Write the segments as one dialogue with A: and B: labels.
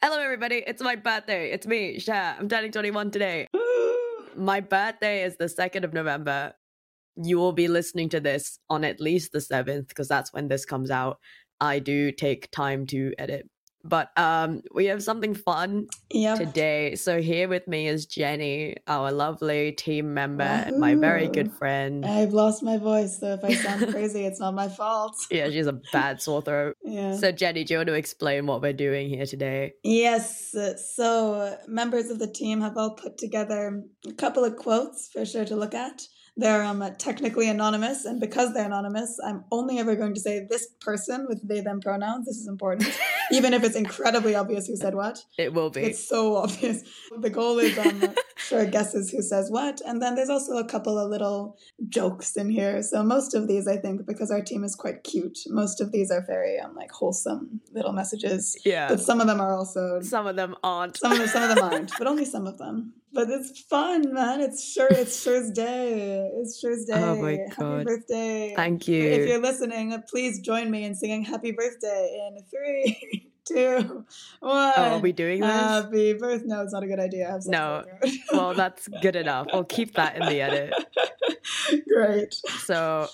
A: Hello, everybody. It's my birthday. It's me, Cher. I'm turning 21 today. my birthday is the 2nd of November. You will be listening to this on at least the 7th because that's when this comes out. I do take time to edit. But um, we have something fun
B: Yep.
A: today. So here with me is Jenny, our lovely team member, my very good
B: Woohoo. Uh,
A: friend.
B: I've lost my voice, so if I sound crazy, it's not my fault.
A: Yeah, she's a bad sore throat.
B: Yeah.
A: So Jenny, do you want to explain what we're doing here today?
B: Yes. So uh, members of the team have all put together a couple of quotes for sure to look at. They're um, technically anonymous, and because they're anonymous, I'm only ever going to say this person with they them pronouns. This is important, even if it's incredibly obvious who said what.
A: It will be.
B: It's so obvious. The goal is um, sure guesses who says what, and then there's also a couple of little jokes in here. So most of these, I think, because our team is quite cute, most of these are very um, like wholesome little messages.
A: yeah.
B: But some of them are also
A: Some of them aren't.
B: some of them, some of them aren't, but only some of them. But it's fun, man. It's sure it's sure's day. It's sure's day.
A: Oh my
B: Happy
A: God.
B: birthday!
A: Thank
B: If
A: you.
B: you're listening, uh, please join me in singing "Happy Birthday" in three, two, one.
A: Oh, are we doing this?
B: Happy birth. No, it's not a good idea. I have
A: No.
B: sore throat.
A: well, that's good enough. We'll keep that in the edit.
B: Great.
A: So,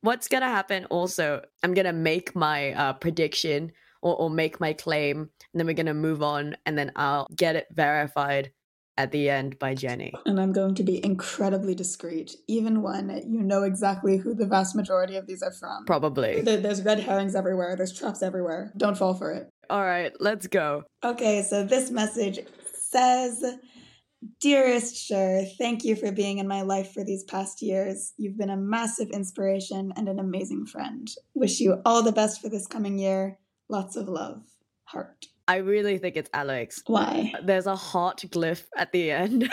A: what's gonna happen? Also, I'm gonna make my uh, prediction or, or make my claim, and then we're gonna move on, and then I'll get it verified at the end by Jenny.
B: And I'm going to be incredibly discreet, even when you know exactly who the vast majority of these are from.
A: Probably.
B: There- There's red herrings everywhere. There's traps everywhere. Don't fall for it.
A: All right, let's go.
B: Okay, so this message says Dearest Sure, thank you for being in my life for these past years. You've been a massive inspiration and an amazing friend. Wish you all the best for this coming year. Lots of love. Heart.
A: I really think it's Alex.
B: Why?
A: There's a heart glyph at the end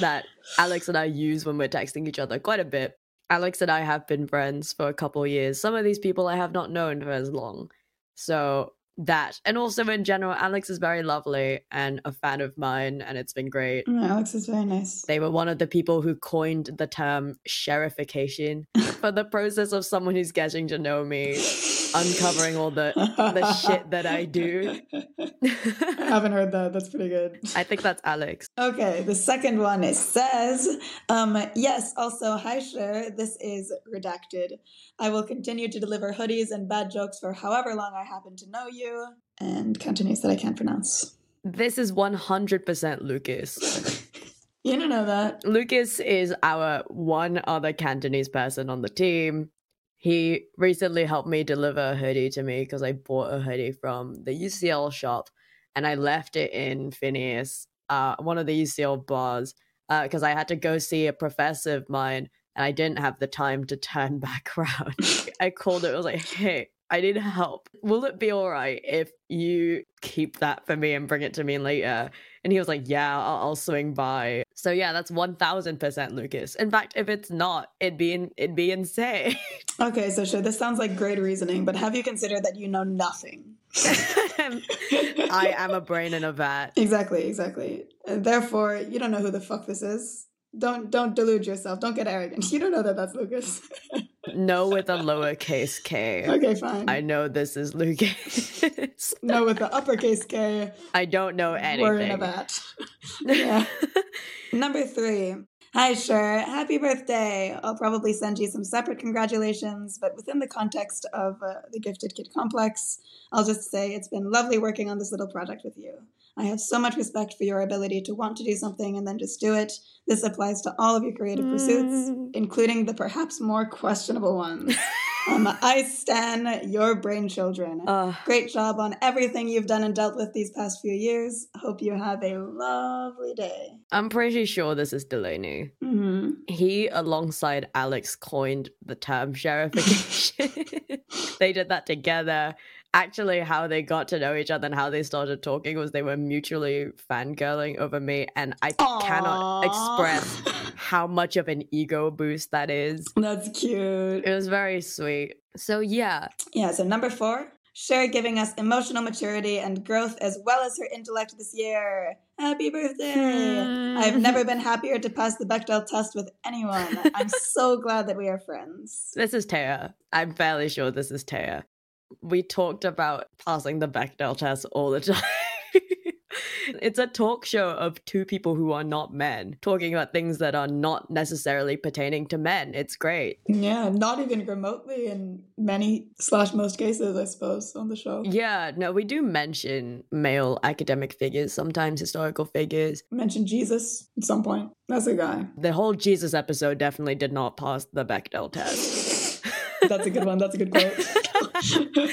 A: that Alex and I use when we're texting each other quite a bit. Alex and I have been friends for a couple years. Some of these people I have not known for as long. So that. And also in general, Alex is very lovely and a fan of mine, and it's been great.
B: Mm, Alex is very nice.
A: They were one of the people who coined the term sherification for the process of someone who's getting to know me, uncovering all the the shit that I do.
B: I haven't heard that. That's pretty good.
A: I think that's Alex.
B: Okay, the second one it says, um, yes, also, hi, Sher, this is redacted. I will continue to deliver hoodies and bad jokes for however long I happen to know you. And Cantonese that I can't pronounce.
A: This is 100% Lucas.
B: you don't know that.
A: Lucas is our one other Cantonese person on the team. He recently helped me deliver a hoodie to me because I bought a hoodie from the UCL shop and I left it in Phineas, uh, one of the UCL bars, because I had to go see a professor of mine and I didn't have the time to turn back around. I called it, I was like, hey, I need help. Will it be all right if you keep that for me and bring it to me later? And he was like, Yeah, I'll, I'll swing by. So yeah, that's one thousand percent Lucas. In fact, if it's not, it'd be in, it'd be insane.
B: Okay, so Sher, this sounds like great reasoning, but have you considered that you know nothing?
A: I am a brain in a vat.
B: Exactly, exactly. And therefore, you don't know who the fuck this is. Don't don't delude yourself. Don't get arrogant. You don't know that that's Lucas.
A: No with a lowercase K.
B: okay, fine.
A: I know this is Lucas.
B: no, with the uppercase K,
A: I don't know
B: we're in a
A: anything.
B: vat. Yeah. Number three. Hi, Sure. Happy birthday. I'll probably send you some separate congratulations, but within the context of uh, the Gifted Kid Complex, I'll just say it's been lovely working on this little project with you. I have so much respect for your ability to want to do something and then just do it. This applies to all of your creative pursuits,
A: Mm.
B: including the perhaps more questionable ones. um, I stan your brain children.
A: Ugh.
B: Great job on everything you've done and dealt with these past few years. Hope you have a lovely day.
A: I'm pretty sure this is Delaney.
B: hmm
A: He, alongside Alex, coined the term sherification. they did that together. Actually, how they got to know each other and how they started talking was they were mutually fangirling over me, and I cannot express how much of an ego boost that is.
B: That's cute.
A: It was very sweet. So, yeah,
B: Yeah, so number four, Cher giving us emotional maturity and growth as well as her intellect this year. Happy birthday!
A: Hmm.
B: I've never been happier to pass the Bechdel test with anyone. I'm so glad that we are friends.
A: this is Taya. I'm fairly sure this is Taya. We talked about passing the Bechdel test all the time. It's a talk show of two people who are not men talking about things that are not necessarily pertaining to men. It's great.
B: Yeah, not even remotely in many slash most cases, I suppose, on the show.
A: Yeah, no, we do mention male academic figures, sometimes historical figures.
B: Mentioned Jesus at some point. That's a guy.
A: The whole Jesus episode definitely did not pass the Bechdel test.
B: That's a good one. That's a good quote.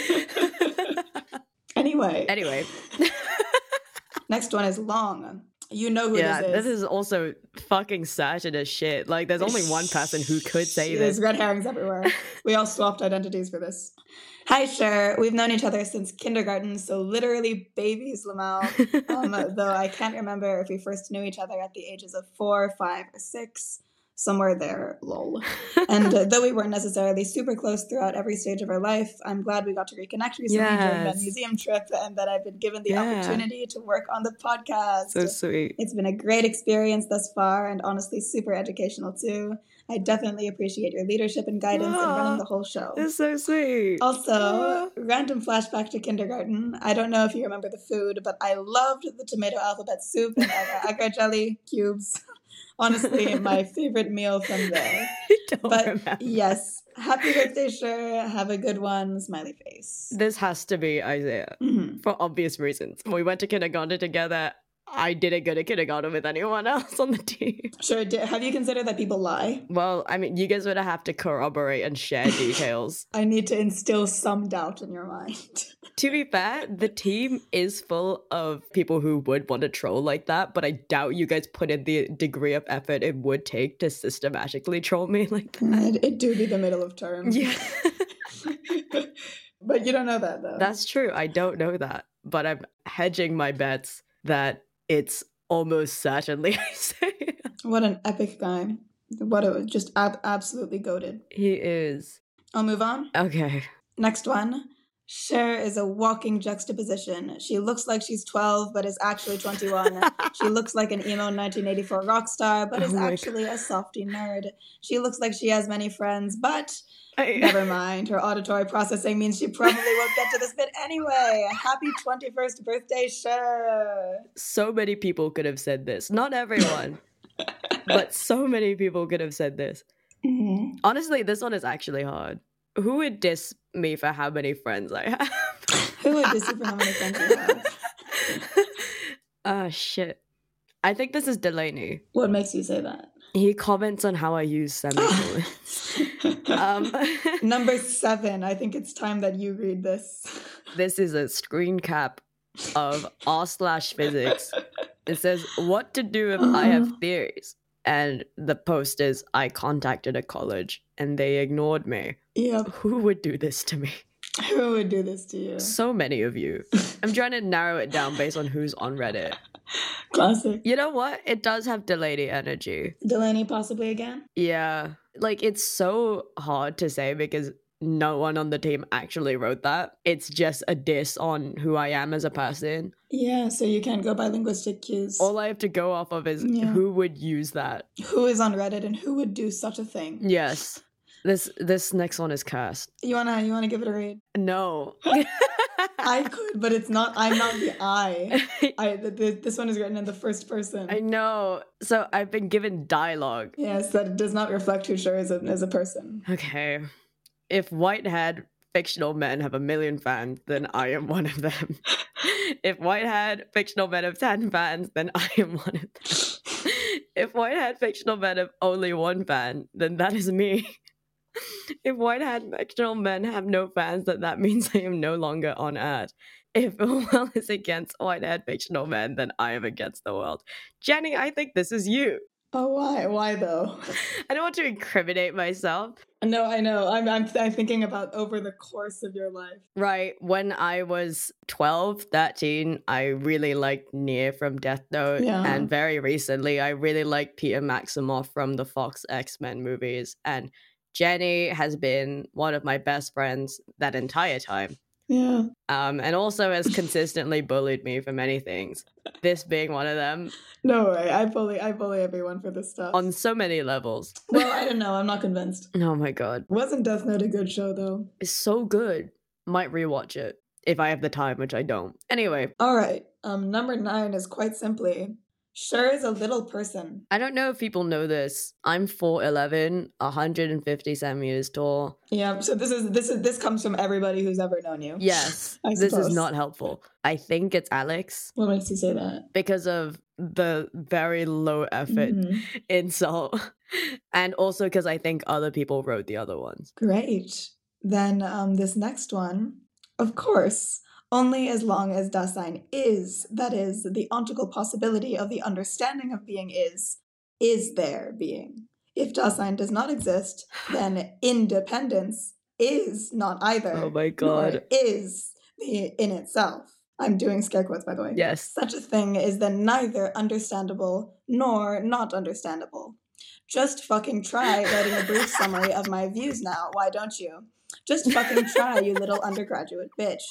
B: anyway.
A: anyway.
B: Next one is long. You know who
A: yeah,
B: this is.
A: this is also fucking sad as shit. Like, there's only one person who could say
B: There's
A: this.
B: red herrings everywhere. we all swapped identities for this. Hi, Cher. We've known each other since kindergarten, so literally babies, Lamal. Um, though I can't remember if we first knew each other at the ages of four, five, or six. Somewhere there, lol. And uh, though we weren't necessarily super close throughout every stage of our life, I'm glad we got to reconnect recently during that
A: Yes.
B: museum trip and that I've been given the
A: Yeah.
B: opportunity to work on the podcast.
A: so sweet.
B: It's been a great experience thus far and honestly super educational too. I definitely appreciate your leadership and guidance in running
A: Aw.
B: the whole show.
A: It's so sweet.
B: Also,
A: Aw.
B: random flashback to kindergarten. I don't know if you remember the food, but I loved the tomato alphabet soup and agar, agar jelly cubes. Honestly, my favorite meal from there.
A: I don't
B: but-
A: remember.
B: Yes. Happy birthday, sure. Have a good one. Smiley face.
A: This has to be Isaiah
B: Mhm.
A: for obvious reasons. When we went to kindergarten together, I didn't go to kindergarten with anyone else on the team.
B: Sure. di- Have you considered that people lie?
A: Well, I mean, you guys would have to corroborate and share details.
B: I need to instill some doubt in your mind.
A: to be fair, the team is full of people who would want to troll like that, but I doubt you guys put in the degree of effort it would take to systematically troll me like that.
B: It, it do be the middle of term.
A: Yeah,
B: but you don't know that though.
A: that's true. I don't know that, but I'm hedging my bets that it's almost certainly Isaiah.
B: what an epic guy. What a just ab- absolutely goaded.
A: He is.
B: I'll move on.
A: Okay.
B: Next one. Cher is a walking juxtaposition. She looks like she's 12, but is actually 21. she looks like an emo 1984 rock star, but is
A: Oh my
B: actually a softy nerd. She looks like she has many friends, but
A: I,
B: never mind. Her auditory processing means she probably won't get to this bit anyway. Happy 21st birthday, Cher.
A: so many people could have said this. Not everyone, but so many people could have said this. Honestly, this one is actually hard. Who would diss me for how many friends I have?
B: Who would disagree on how many friends you have?
A: Ah, shit. I think this is Delaney.
B: What makes you say that?
A: He comments on how I use semicolons. um,
B: Number seven. I think it's time that you read this.
A: this is a screen cap of r slash physics. It says what to do if I have theories, and the post is I contacted a college and they ignored me.
B: Yep.
A: Who would do this to me?
B: Who would do this to you?
A: So many of you. I'm trying to narrow it down based on who's on Reddit.
B: Classic.
A: You know what? It does have Delaney energy.
B: Delaney, possibly again.
A: Yeah. Like it's so hard to say because no one on the team actually wrote that. It's just a diss on who I am as a person.
B: Yeah. So you can go by linguistic cues.
A: All I have to go off of is
B: Yeah.
A: who would use that.
B: who is on Reddit and who would do such a thing?
A: Yes. This this next one is cursed.
B: You wanna you wanna give it a read?
A: No.
B: I could, but it's not. I'm not the I. I. Th- th- this one is written in the first person.
A: I know. So I've been given dialogue.
B: yes, that does not reflect who Cher is a, as a person.
A: Okay. If white-haired fictional men have a million fans, then I am one of them. if white-haired fictional men have 10 fans, then I am one of them. if white-haired fictional men have only one fan, then that is me. if white-haired fictional men have no fans, then that means I am no longer on earth. If the world is against white-haired fictional men, then I am against the world. Jenny, I think this is you.
B: Oh, why? Why though?
A: I don't want to incriminate myself,
B: No, I know. I'm, I'm, I'm thinking about over the course of your life.
A: Right. When I was 12, 13, I really liked Nier from Death Note.
B: Yeah.
A: And very recently, I really liked Peter Maximoff from the Fox X Men movies. And Jenny has been one of my best friends that entire time.
B: Yeah.
A: Um, and also has consistently bullied me for many things, this being one of them
B: No way. I bully, I bully everyone for this stuff.
A: on so many levels.
B: well, I don't know. I'm not convinced.
A: Oh my God.
B: Wasn't Death Note a good show though?
A: It's so good. Might rewatch it. if I have the time, which I don't. Anyway,
B: All right. Um, number nine is quite simply sure is a little person.
A: I don't know if people know this. I'm 4'11, 150 centimeters tall.
B: Yeah. So this is this is this comes from everybody who's ever known you.
A: Yes,
B: I
A: this is
B: suppose.
A: not helpful. I think it's Alex
B: What makes you say that?
A: because of the very low effort
B: Mhm.
A: insult. And also because I think other people wrote the other ones.
B: Great. Then um, this next one, of course, only as long as Dasein is, that is, the ontical possibility of the understanding of being is, is there being. If Dasein does not exist, then independence is not either.
A: Oh my
B: nor
A: god.
B: is the in itself. I'm doing scare quotes, by the way.
A: Yes.
B: Such a thing is then neither understandable nor not understandable. Just fucking try writing a brief summary of my views now, why don't you? Just fucking try, you little undergraduate bitch.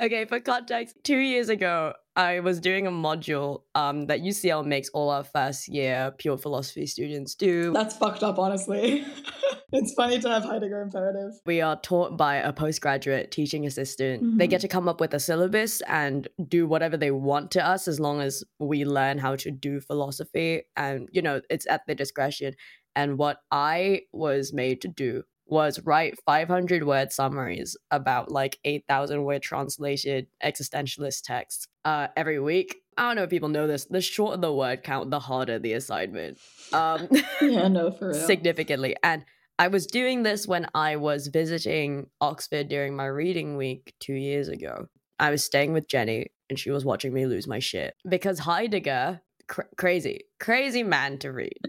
A: Okay, for context, two years ago, I was doing a module um, that UCL makes all our first year pure philosophy students do.
B: That's fucked up, honestly. it's funny to have Heidegger imperative.
A: we are taught by a postgraduate teaching assistant. They get to come up with a syllabus and do whatever they want to us as long as we learn how to do philosophy. And, you know, it's at their discretion. And what I was made to do was write 500 word summaries about like 8,000 word translated existentialist texts uh, every week. I don't know if people know this. The shorter the word count, the harder the assignment. Um,
B: Yeah, no, for real.
A: significantly. And I was doing this when I was visiting Oxford during my reading week two years ago. I was staying with Jenny and she was watching me lose my shit because Heidegger, cr- crazy, crazy man to read.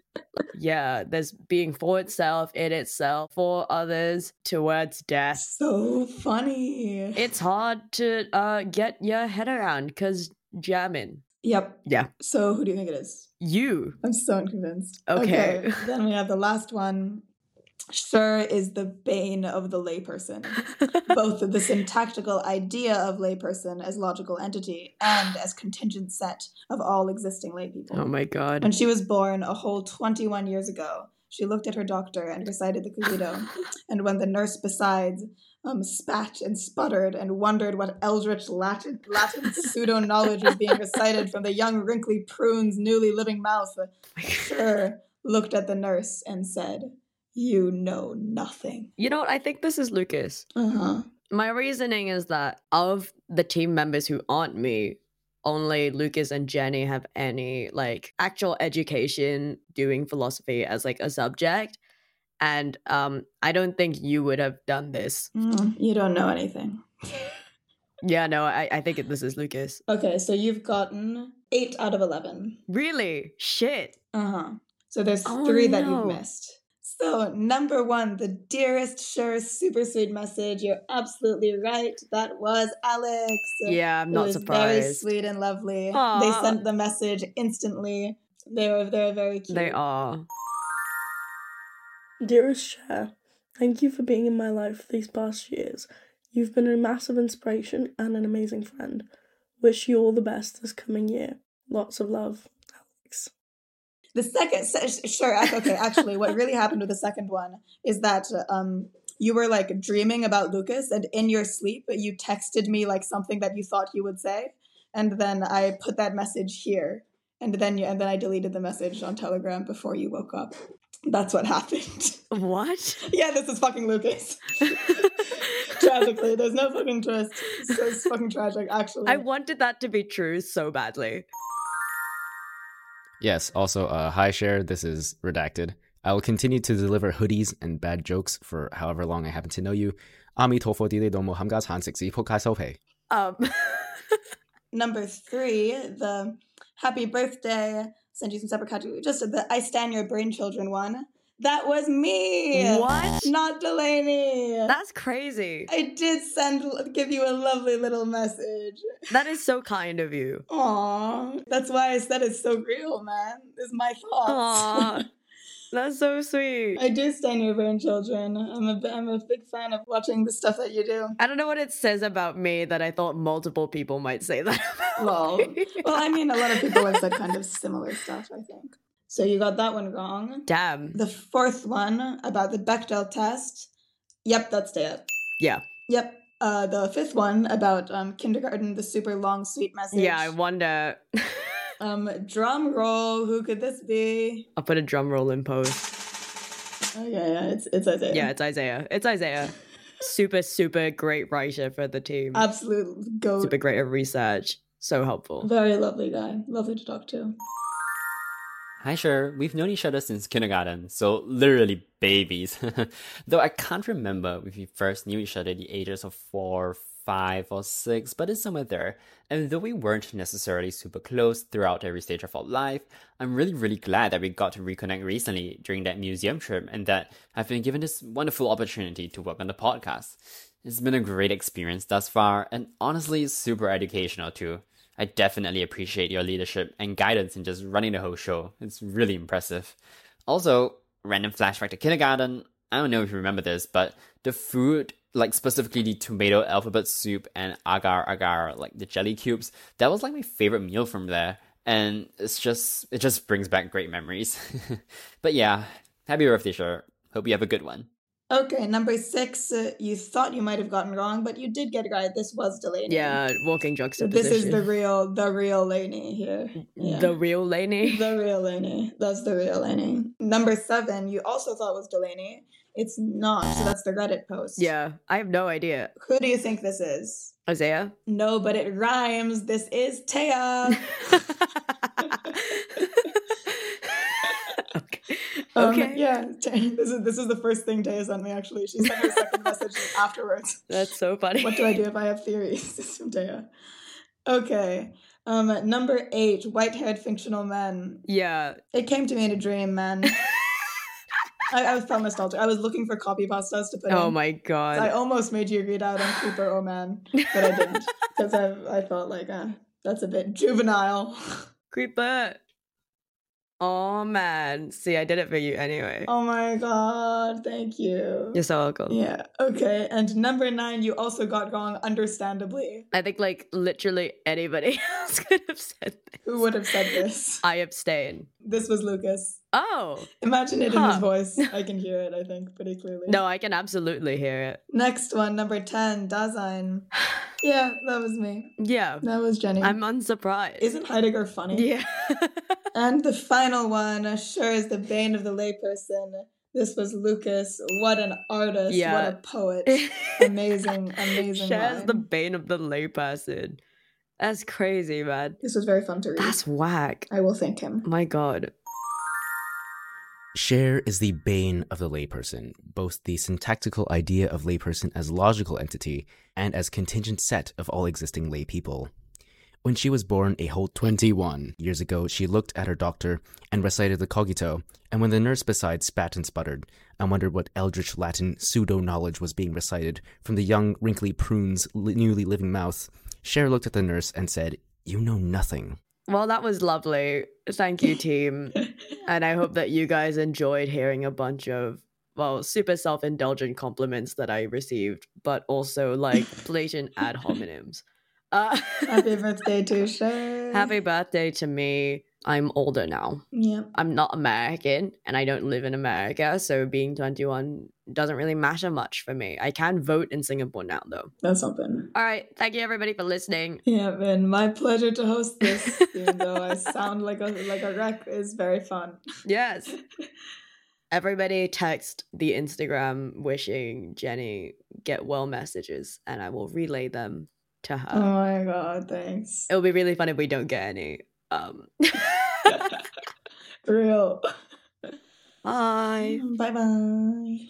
A: yeah, there's being for itself, in itself, for others, towards death.
B: So funny.
A: It's hard to uh, get your head around because German.
B: yep.
A: Yeah.
B: So who do you think it is?
A: You.
B: I'm so unconvinced.
A: Okay.
B: Then we have the last one. Sure is the bane of the layperson, both the syntactical idea of layperson as logical entity and as contingent set of all existing laypeople.
A: Oh my
B: When
A: God.
B: she was born a whole 21 years ago, she looked at her doctor and recited the Credo. and when the nurse besides um, spat and sputtered and wondered what eldritch Latin, Latin pseudo knowledge was being recited from the young wrinkly prune's newly living mouth, Sure looked at the nurse and said, You know nothing.
A: You know what? I think this is Lucas.
B: Uh huh.
A: my reasoning is that of the team members who aren't me, only Lucas and Jenny have any like actual education doing philosophy as like a subject. And um I don't think you would have done this.
B: you don't know anything.
A: Yeah, no, I, I think this is Lucas.
B: Okay, so you've gotten eight out of 11.
A: Really? Shit.
B: Uh huh. So there's
A: Oh,
B: three that
A: no.
B: you've missed. So, number one, the dearest, sure, super sweet message. You're absolutely right. That was Alex.
A: Yeah, I'm
B: It
A: not
B: was Very
A: surprised.
B: sweet and lovely. They
A: Aw.
B: sent the message instantly. They were they're very cute.
A: They are.
C: Dearest Cher, thank you for being in my life for these past years. You've been a massive inspiration and an amazing friend. Wish you all the best this coming year. Lots of love, Alex.
B: The second, se- sh- sure, ac- okay. Actually, what really happened with the second one is that um, you were like dreaming about Lucas, and in your sleep, you texted me like something that you thought he would say, and then I put that message here, and then you, and then I deleted the message on Telegram before you woke up. That's what happened.
A: What?
B: yeah, this is fucking Lucas. Tragically, there's no fucking twist. So it's fucking tragic, actually.
A: I wanted that to be true so badly.
D: Yes, also, uh, hi, share. This is Redacted. I will continue to deliver hoodies and bad jokes for however long I happen to know you. 阿弥陀佛，地利多母，冚家鏟，食屎，仆街，收皮。
A: Um
B: number three, the happy birthday, send you some separate category. Just the I stand your brain children one. That was me.
A: What?
B: Not Delaney.
A: That's crazy.
B: I did send give you a lovely little message.
A: That is so kind of you.
B: Aw. That's why I said it's so real, man. Is my thoughts.
A: Aw. That's so sweet.
B: I do stand your brain children. I'm a I'm a big fan of watching the stuff that you do.
A: I don't know what it says about me that I thought multiple people might say that. about
B: Lol.
A: me.
B: Well, I mean a lot of people have said kind of similar stuff, I think. So you got that one wrong.
A: Damn.
B: The fourth one about the Bechdel test. Yep, that's it.
A: Yeah.
B: Yep. uh, the fifth one about um, kindergarten, the super long, sweet message.
A: Yeah, I wonder.
B: um, drum roll. Who could this be?
A: I'll put a drum roll in post.
B: Oh yeah, yeah. It's it's Isaiah.
A: Yeah, it's Isaiah. It's Isaiah. Super, super great writer for the team.
B: absolute goat.
A: Super great at research. So helpful.
B: Very lovely guy. Lovely to talk to.
E: Hi, sure. We've known each other since kindergarten, so literally babies. Though I can't remember if we first knew each other at the ages of four, five, or six, but it's somewhere there. And though we weren't necessarily super close throughout every stage of our life, I'm really, really glad that we got to reconnect recently during that museum trip and that I've been given this wonderful opportunity to work on the podcast. It's been a great experience thus far, and honestly, super educational too. I definitely appreciate your leadership and guidance in just running the whole show. It's really impressive. Also, random flashback to kindergarten. I don't know if you remember this, but the food, like specifically the tomato alphabet soup and agar agar, like the jelly cubes, that was like my favorite meal from there. And it's just, it just brings back great memories. but yeah, happy birthday, sure. Hope you have a good one.
B: Okay, number six. Uh, you thought you might have gotten wrong, but you did get it right. This was Delaney.
A: Yeah, walking
B: This
A: juxtaposition.
B: is the real, the real Laney here. Yeah.
A: The real Laney.
B: The real Laney. That's the real Laney. Number seven, you also thought was Delaney. It's not, so that's the Reddit post.
A: yeah, I have no idea.
B: Who do you think this is?
A: Isaiah?
B: No, but it rhymes. This is Taya.
A: okay.
B: Um,
A: okay.
B: yeah, Taya- this is this is the first thing Taya sent me. Actually, she sent me a second message afterwards.
A: That's so funny.
B: What do I do if I have theories? This is from Taya. Okay. Um, number eight, white-haired fictional men.
A: Yeah.
B: It came to me in a dream, man. I, I felt nostalgic. I was looking for copy pastas to put
A: Oh
B: in.
A: my
B: I
A: god.
B: almost made you read out on Cooper Oh Man, but I didn't because I I felt like uh, that's a bit juvenile.
A: Creeper. Oh man. See, I did it for you anyway.
B: Oh my god! Thank you.
A: You're so welcome.
B: Yeah. Okay. And number nine, you also got wrong, understandably.
A: I think like literally anybody else could have said this.
B: Who would have said this?
A: I abstain.
B: This was Lucas.
A: Oh
B: Imagine it in his
A: Huh.
B: voice. I can hear it. I think pretty clearly.
A: no, I can absolutely hear it.
B: Next one, number ten, Dasein. Yeah, that was me.
A: Yeah,
B: That was Jenny.
A: I'm unsurprised.
B: Isn't Heidegger funny?
A: yeah,
B: And the final one, uh, sure is the bane of the layperson. This was Lucas. What an artist.
A: Yeah.
B: What a poet. Amazing, amazing
A: Shares the
B: line.
A: bane of the layperson. That's crazy, man.
B: this was very fun to read.
A: That's whack.
B: I will thank him.
A: My god.
D: Share is the bane of the layperson, both the syntactical idea of layperson as logical entity and as contingent set of all existing lay people. When she was born a whole 21 years ago, she looked at her doctor and recited the cogito, and when the nurse beside spat and sputtered, I wondered what eldritch Latin pseudo knowledge was being recited from the young, wrinkly prune's li- newly living mouth. Cher looked at the nurse and said, You know nothing.
A: Well, that was lovely. Thank you, team. and I hope that you guys enjoyed hearing a bunch of well, super self-indulgent compliments that I received, but also like blatant ad hominems. Uh,
B: Happy birthday to Sure.
A: happy birthday to me. I'm older now.
B: Yeah.
A: I'm not American and I don't live in America, so being 21 doesn't really matter much for me. I can vote in Singapore now though.
B: That's something.
A: All right, thank you everybody for listening.
B: Yeah, man. My pleasure to host this, even though I sound like a like a wreck. It's very fun.
A: Yes. Everybody text the Instagram wishing Jenny get well messages and I will relay them to her.
B: oh my god, thanks.
A: It'll be really fun if we don't get any. Um
B: Real.
A: bye.
B: Bye bye.